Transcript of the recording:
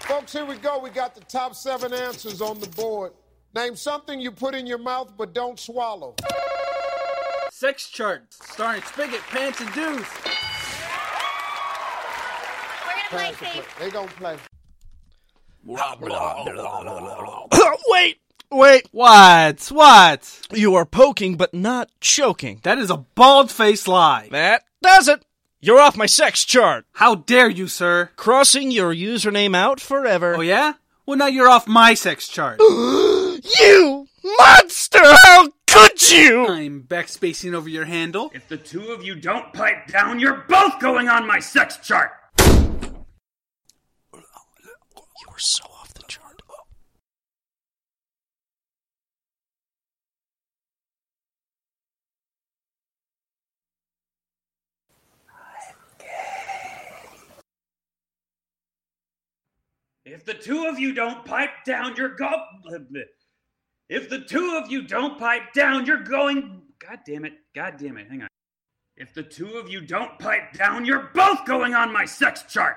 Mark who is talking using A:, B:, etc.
A: folks, here we go. We got the top seven answers on the board. Name something you put in your mouth but don't swallow.
B: Sex chart starring Spigot, Pants, and Deuce.
C: We're gonna play safe.
A: They gonna play.
D: wait, wait.
B: What? What?
D: You are poking but not choking.
B: That is a bald faced lie.
D: That does it. You're off my sex chart.
B: How dare you, sir?
D: Crossing your username out forever.
B: Oh, yeah? Well, now you're off my sex chart.
D: Oh, You monster! How could you?
B: I'm backspacing over your handle.
E: If the two of you don't pipe down, you're both going on my sex chart!
D: You are so off the chart.
E: If the two of you don't pipe down, you're go. If the two of you don't pipe down, you're going. God damn it. God damn it. Hang on. If the two of you don't pipe down, you're both going on my sex chart.